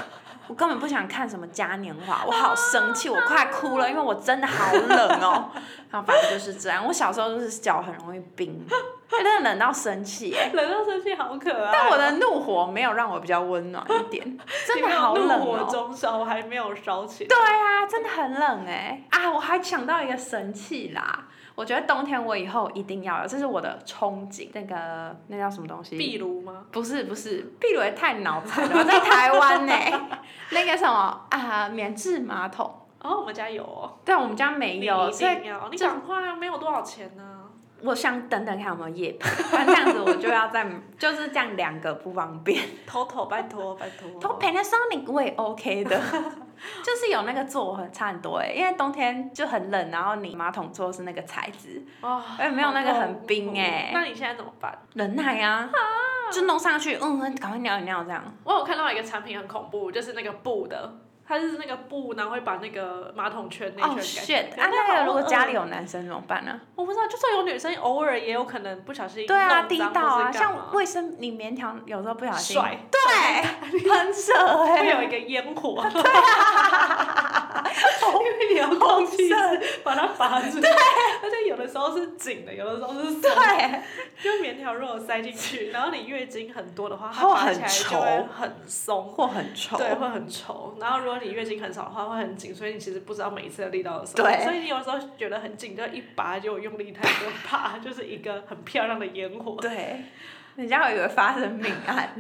Speaker 2: 我根本不想看什么嘉年华，我好生气，我快哭了，因为我真的好冷哦。好，反正就是这样。我小时候就是脚很容易冰，哎真的冷到生 气耶。
Speaker 1: 冷到生气好可爱。
Speaker 2: 但我的怒火没有让我比较温暖一点，真的好冷
Speaker 1: 你没有怒火
Speaker 2: 哦。
Speaker 1: 中烧，还没有烧起来。
Speaker 2: 对啊，真的很冷哎、啊！我还想到一个神器啦，我觉得冬天我以后一定要有，这是我的憧憬。那个那叫什么东西？
Speaker 1: 壁炉吗？
Speaker 2: 不是不是，壁炉也太脑残了，在台湾 呢、那个什么啊，免治马桶，
Speaker 1: 哦，我们家有哦。
Speaker 2: 但我们家没有，
Speaker 1: 你一
Speaker 2: 所以
Speaker 1: 定要，你
Speaker 2: 这
Speaker 1: 赶快啊！没有多少钱呢、
Speaker 2: 我想等等看有没有夜 配，不然这样子我就要在就是这样两个不方便。
Speaker 1: 偷偷，拜托，拜托。
Speaker 2: 从 Panasonic 我也 OK 的， 就是有那个座很差很多哎、因为冬天就很冷，然后你马桶座是那个材质，
Speaker 1: 哦
Speaker 2: 哎没有那个很冰哎
Speaker 1: 那你现在怎么办？
Speaker 2: 忍耐啊，就弄上去，嗯，赶快尿一尿这样。
Speaker 1: 我有看到一个产品很恐怖，就是那个布的，它是那个布，然后会把那个马桶圈那
Speaker 2: 哦、
Speaker 1: 一圈
Speaker 2: shit！
Speaker 1: 改
Speaker 2: 啊，那个如果家里
Speaker 1: 有，
Speaker 2: 有男生怎么办呢、
Speaker 1: 我不知道，就算有女生，偶尔也有可能不小心
Speaker 2: 对啊，
Speaker 1: 弄
Speaker 2: 地
Speaker 1: 脏
Speaker 2: 道
Speaker 1: 或
Speaker 2: 啊，
Speaker 1: 是干嘛
Speaker 2: 像卫生你棉条有时候不小心
Speaker 1: 甩，
Speaker 2: 对，很扯哎、
Speaker 1: 会有一个烟 火， 因为你要空气是把它拔出来，而且有的时候是紧的，有的时候是松的，
Speaker 2: 对，
Speaker 1: 就棉条如果塞进去，然后你月经很多的话，它
Speaker 2: 会
Speaker 1: 拔起来
Speaker 2: 很
Speaker 1: 就会
Speaker 2: 稠
Speaker 1: 很松。
Speaker 2: 或很丑
Speaker 1: 对，会很稠。然后如果你月经很少的话，会很紧，所以你其实不知道每一次的力道的时候。
Speaker 2: 对
Speaker 1: 所以你有时候觉得很紧，就一拔就用力太多， 啪，就是一个很漂亮的烟火。
Speaker 2: 对，人家会以为发生命 案。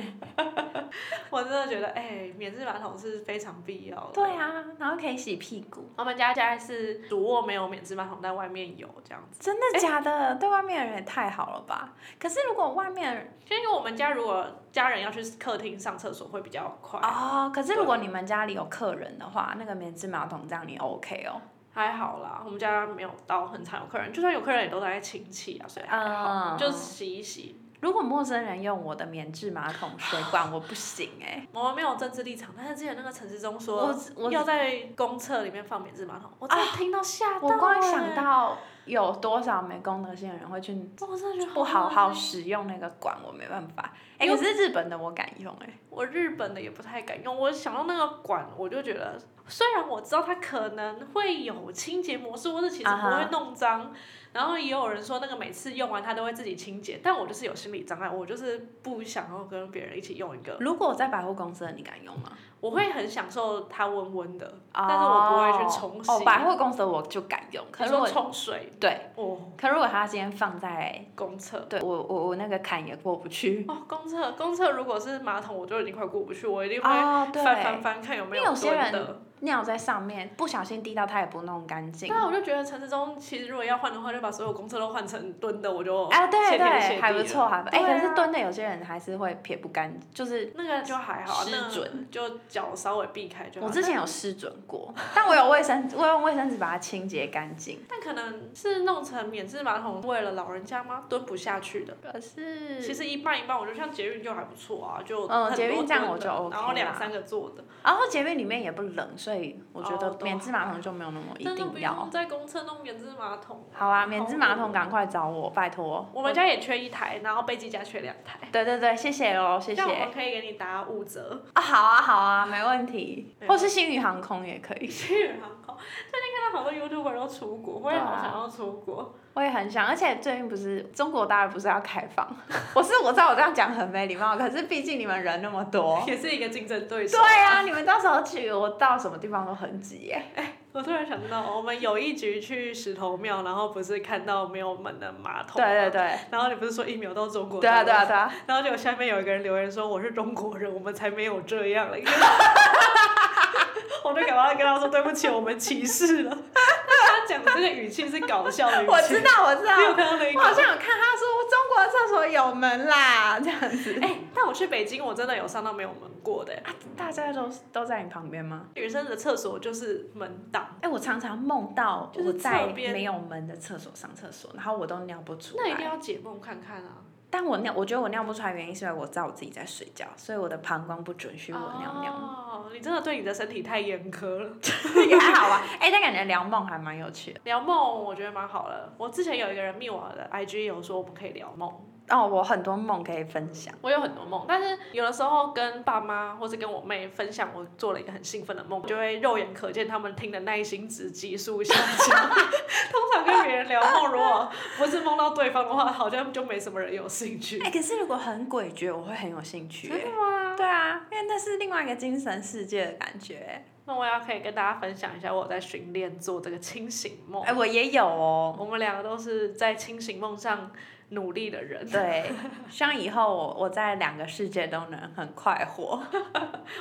Speaker 1: 我真的觉得，哎、免治马桶是非常必要的。
Speaker 2: 对。啊，然后可以洗屁股，
Speaker 1: 我们家家是主卧没有免治马桶，但外面有这样子。
Speaker 2: 真的假的？对外面的人也太好了吧？可是如果外面的人
Speaker 1: 就因为我们家如果家人要去客厅上厕所会比较快，
Speaker 2: 哦，可是如果你们家里有客人的话，那个棉质马桶这样你 OK 哦？
Speaker 1: 还好啦。我们家没有到很常有客人，就算有客人也都在亲戚啊，所以还好，
Speaker 2: 嗯
Speaker 1: 就洗一洗。
Speaker 2: 如果陌生人用我的棉质马桶水管，我不行哎、
Speaker 1: 我们没有政治立场，但是之前那个陈世忠说，
Speaker 2: 我我
Speaker 1: 要在公厕里面放免治马桶，我真的听到吓到、
Speaker 2: 我光想，到欸有多少没功德性的人会去
Speaker 1: 我真的觉得
Speaker 2: 不好好
Speaker 1: 累
Speaker 2: 使用那个管，我没办法。哎、
Speaker 1: 因为
Speaker 2: 可是日本的我敢用哎、
Speaker 1: 我日本的也不太敢用，我想到那个管，我就觉得，虽然我知道它可能会有清洁模式，或者其实
Speaker 2: 啊
Speaker 1: 不
Speaker 2: 哈
Speaker 1: 会弄脏然后也有人说那个每次用完它都会自己清洁，但我就是有心理障碍，我就是不想要跟别人一起用一个，
Speaker 2: 如果我在百货公司的，你敢用吗？
Speaker 1: 我会很享受它温温的，但是我不会去冲洗。
Speaker 2: 哦，百货公司的我就敢用，可
Speaker 1: 你
Speaker 2: 是我
Speaker 1: 说冲水
Speaker 2: 对，
Speaker 1: 哦，
Speaker 2: 可如果他今天放在
Speaker 1: 公厕。
Speaker 2: 对我我我那个坎也过不去。
Speaker 1: 哦，公厕公厕如果是马桶，我就已经快过不去，我一定会
Speaker 2: 哦，对，
Speaker 1: 翻翻翻看有没
Speaker 2: 因为有些
Speaker 1: 蹲
Speaker 2: 人
Speaker 1: 的。
Speaker 2: 尿在上面，不小心滴到他也不弄干净
Speaker 1: 对。啊，我就觉得陈世忠其实如果要换的话，就把所有公厕都换成蹲的，我就
Speaker 2: 啊，对
Speaker 1: 谢天谢地
Speaker 2: 对，还不
Speaker 1: 了
Speaker 2: 错，还不
Speaker 1: 对
Speaker 2: 哎，
Speaker 1: 啊
Speaker 2: 可是蹲的有些人还是会撇不干，就是
Speaker 1: 那个就还好，啊
Speaker 2: 失
Speaker 1: 那
Speaker 2: 准
Speaker 1: 就脚稍微避开就好。
Speaker 2: 我之前有湿准 过，但我有卫生，我用卫生纸把它清洁干净。
Speaker 1: 但但可能是弄成免治马桶，为了老人家吗？蹲不下去的。
Speaker 2: 可是
Speaker 1: 其实一半一半，我觉得像捷运就还不错啊，就
Speaker 2: 嗯
Speaker 1: 很
Speaker 2: 捷
Speaker 1: 多
Speaker 2: 运这样
Speaker 1: 蹲
Speaker 2: 我
Speaker 1: 的
Speaker 2: 就 OK
Speaker 1: 然后两
Speaker 2: 啦
Speaker 1: 三个坐的，
Speaker 2: 然后捷运里面也不冷，所以我觉
Speaker 1: 哦
Speaker 2: 得
Speaker 1: 都
Speaker 2: 免治马桶就没有那么一
Speaker 1: 但是不
Speaker 2: 定要
Speaker 1: 用。在公厕弄免治马桶。
Speaker 2: 好啊，免治马
Speaker 1: 好哦
Speaker 2: 桶赶快找我，拜托。
Speaker 1: 我们家也缺一台，然后贝基家缺两台，
Speaker 2: 对对对，谢谢哦，谢
Speaker 1: 这
Speaker 2: 谢
Speaker 1: 样我们可以给你打五折。
Speaker 2: 啊，好啊好啊，没问题
Speaker 1: 没。
Speaker 2: 或是星宇航空也可以，
Speaker 1: 去航空，最近看到好多 YouTuber 都出国，我也
Speaker 2: 啊
Speaker 1: 好想要出国。。
Speaker 2: 我也很想。而且最近不是中国大陆不是要开放？ 我是我知道我这样讲很没礼貌，可是毕竟你们人那么多
Speaker 1: 也是一个竞争 对手。
Speaker 2: 哦对啊，你们到时候去，我到什么地方都很挤耶。
Speaker 1: 我突然想到，我们有一局去石头庙，然后不是看到没有门的马桶
Speaker 2: 对
Speaker 1: 吗，
Speaker 2: 对对。
Speaker 1: 然后你不是说一秒到中国？
Speaker 2: 对啊，对啊，。对啊，
Speaker 1: 然后就下面有一个人留言说：“我是中国人，我们才没有这样 嘞。”我就赶快跟他说：“对不起，我们歧视了。”他讲的这个语气是搞笑的语气。
Speaker 2: 啊 我知道，我知道
Speaker 1: 你，有看到那
Speaker 2: 我
Speaker 1: 个？
Speaker 2: 好像有看他说中国我的厕所有门啦，这样子。
Speaker 1: 哎、但我去北京，我真的有上到没有门过的、
Speaker 2: 大家都都在你旁边吗？
Speaker 1: 女生的厕所就是门挡。
Speaker 2: 哎、我常常梦到
Speaker 1: 就是
Speaker 2: 我在
Speaker 1: 侧边
Speaker 2: 没有门的厕所上厕所，然后我都尿不出
Speaker 1: 那一定
Speaker 2: 来。
Speaker 1: 要解梦看看啊！
Speaker 2: 但我尿，我觉得我尿不出来，原因是因为我知道我自己在睡觉，所以我的膀胱不准许我尿尿。
Speaker 1: 哦，你真的对你的身体太严苛了。
Speaker 2: 也还好吧。哎、但感觉聊梦还蛮有趣的。
Speaker 1: 聊梦我觉得蛮好的。我之前有一个人密我的 IG 有说我们可以聊梦，
Speaker 2: 哦，我很多梦可以分享。
Speaker 1: 我有很多梦，但是有的时候跟爸妈或是跟我妹分享我做了一个很兴奋的梦，就会肉眼可见他们听的耐心值急速下降。通常跟别人聊梦，如果不是梦到对方的话，好像就没什么人有兴趣。
Speaker 2: 哎、可是如果很诡谲，我会很有兴趣、
Speaker 1: 真的
Speaker 2: 哎
Speaker 1: 吗？
Speaker 2: 对啊，因为那是另外一个精神世界的感觉。
Speaker 1: 那我要可以跟大家分享一下，我有在训练做这个清醒梦。
Speaker 2: 哎、我也有哦。
Speaker 1: 我们两个都是在清醒梦上努力的人。
Speaker 2: 对，希望以后我我在两个世界都能很快 活。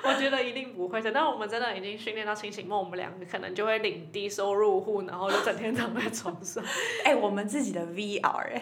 Speaker 1: 我觉得一定不会的。但我们真的已经训练到清醒梦，我们两个可能就会领低收入户，然后就整天躺在床上。
Speaker 2: 哎、我们自己的 VR 哎、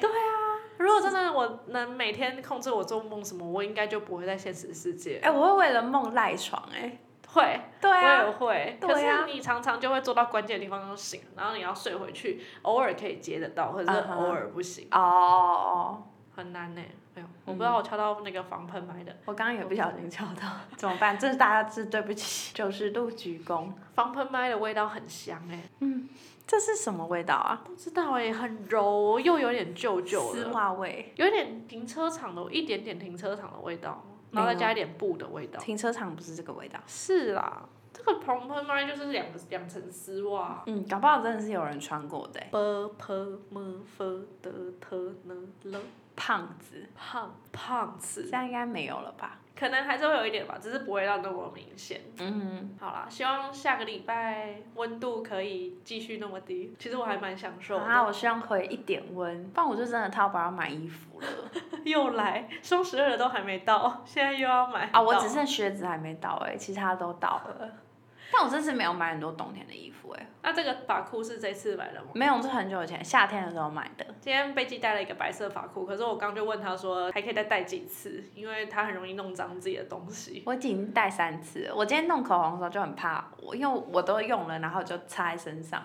Speaker 1: 如果真的我能每天控制我做梦什么，我应该就不会在现实世界。
Speaker 2: 哎、我会为了梦赖床哎、
Speaker 1: 会，
Speaker 2: 对
Speaker 1: 我
Speaker 2: 啊，
Speaker 1: 也会。
Speaker 2: 对啊
Speaker 1: 可是你常常就会做到关键的地方就醒，然后你要睡回去，偶尔可以接得到，可是
Speaker 2: 嗯哼
Speaker 1: 偶尔不行
Speaker 2: 哦，
Speaker 1: 很难呢、哎呦，我不
Speaker 2: 嗯
Speaker 1: 知道我敲到那个防喷麦的
Speaker 2: 我刚刚也不小心敲 到，怎么办？这是大家是对不起，九十度鞠躬。
Speaker 1: 防喷麦的味道很香哎、
Speaker 2: 嗯这是什么味道啊？
Speaker 1: 不知道哎、很柔又有点旧旧的
Speaker 2: 丝。袜味，
Speaker 1: 有点停车场的，一点点停车场的味道，然后再加一点布的味道。
Speaker 2: 停车场不嗯是这个味道。
Speaker 1: 是啦，这个蓬蓬麦就是两个两层丝袜。
Speaker 2: 嗯，搞不好真的是有人穿过的欸。
Speaker 1: b p m f d t n l
Speaker 2: 胖子，
Speaker 1: 胖胖子
Speaker 2: 现，在应该没有了吧？
Speaker 1: 可能还是会有一点吧，只是不会到那么明显。
Speaker 2: 嗯，
Speaker 1: 好啦，希望下个礼拜温度可以继续那么低。其实我还蛮享受的。
Speaker 2: 啊，我希望可以一点温，不然我就真的淘宝要买衣服了。
Speaker 1: 又来，双十二的都还没到，现在又要买
Speaker 2: 啊，我
Speaker 1: 到
Speaker 2: 只剩靴子还没到哎、其他都到了。 但我这次没有买很多冬天的衣服哎、
Speaker 1: 那这个把裤是这次买的吗？
Speaker 2: 没有，是很久以前夏天的时候买的。
Speaker 1: 今天贝基带了一个白色发箍，可是我刚就问他说还可以再带几次，因为他很容易弄脏自己的东西。
Speaker 2: 我已经戴三次了，我今天弄口红的时候就很怕，我因为我都用了，然后就擦在身上，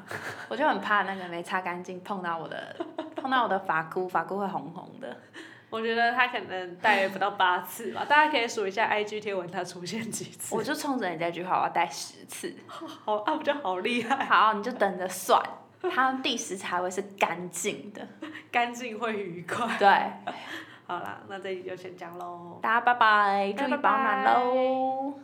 Speaker 2: 我就很怕那个没擦干净碰到我的碰到我的发箍，发箍会红红的。
Speaker 1: 我觉得他可能带不到八次吧，大家可以数一下 IG 贴文他出现几次。
Speaker 2: 我就冲着你这句话，我要戴十次。
Speaker 1: 好啊，不就好厉害，
Speaker 2: 好，你就等着算，它第十才会是干净的。
Speaker 1: 干净会愉快。
Speaker 2: 对，
Speaker 1: 好啦，那这一集就先讲喽。
Speaker 2: 大家拜拜，
Speaker 1: 大
Speaker 2: 注
Speaker 1: 家
Speaker 2: 意保
Speaker 1: 拜
Speaker 2: 暖
Speaker 1: 拜
Speaker 2: 喽。